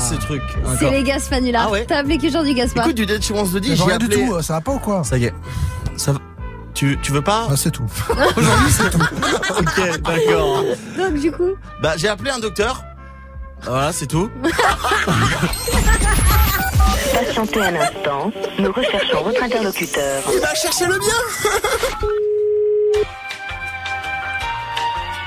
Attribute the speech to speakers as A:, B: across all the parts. A: ce truc.
B: Ah, C'est
A: Encore.
B: les Gaspanulars.
A: Ah ouais
B: T'as appliqué aujourd'hui, Gaspard
C: Écoute, du Dead She Wants the Deal,
D: J'ai
C: j'ai
D: rien du
C: appelé...
D: tout, euh, ça va pas ou quoi
A: Ça y est. Ça va. Tu, tu veux pas
D: Ah, C'est tout.
A: Ok, d'accord.
B: Donc, du coup,
C: Bah, j'ai appelé un docteur.
A: Voilà, c'est tout.
E: Patientez un instant, nous recherchons votre interlocuteur.
C: Il va chercher le bien.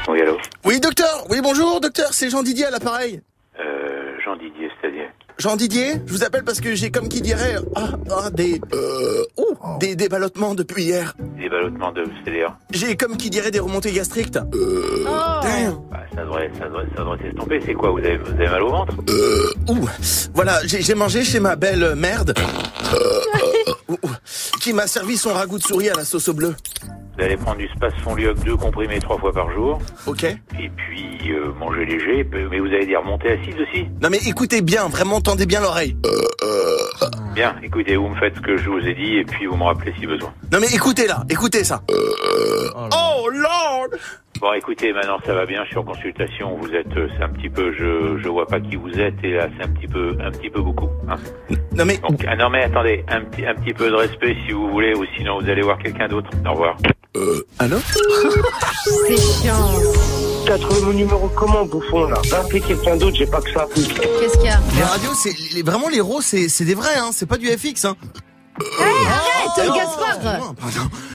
F: Oui, allô
C: Oui, docteur. Oui, bonjour, docteur. C'est Jean Didier à l'appareil.
F: euh, Jean Didier, c'est-à-dire
C: Jean Didier, je vous appelle parce que j'ai comme qui dirait ah, ah, des euh, ouh, des déballotements depuis hier.
F: des ballottements de CDR.
C: J'ai comme qui dirait des remontées gastriques. t'as. Euh,
B: Oh.
C: damn.
F: Bah, ça devrait, ça devrait, ça devrait s'estomper. C'est quoi vous avez, vous avez mal au ventre
C: Ouh. Voilà, j'ai j'ai mangé chez ma belle merde Euh, qui m'a servi son ragoût de souris à la sauce au bleu.
F: Vous allez prendre du Spasfonlioc 2 comprimé trois fois par jour,
C: Ok.
F: et puis euh, manger léger, peu- mais vous allez dire monter assise aussi
C: Non mais écoutez bien, vraiment tendez bien l'oreille.
F: Bien, écoutez, vous me faites ce que je vous ai dit, et puis vous me rappelez si besoin.
C: Non mais écoutez là, écoutez ça. Oh lord.
F: Bon, écoutez, maintenant ça va bien, je suis en consultation, vous êtes, euh, c'est un petit peu, je, je vois pas qui vous êtes, et là c'est un petit peu, un petit peu beaucoup. hein.
C: Non mais
F: Donc, ah non mais attendez, un petit, un petit peu de respect si vous voulez, ou sinon vous allez voir quelqu'un d'autre. Au revoir.
C: allô
B: c'est chiant.
G: T'as trouvé mon numéro comment, bouffon, là Va appeler quelqu'un d'autre, j'ai pas que ça.
B: Qu'est-ce qu'il y a
C: Les radios, c'est les- vraiment les héros, c'est c'est des vrais, hein. C'est pas du FX, hein.
B: Oh, Arrête, Gaspard
C: Pardon.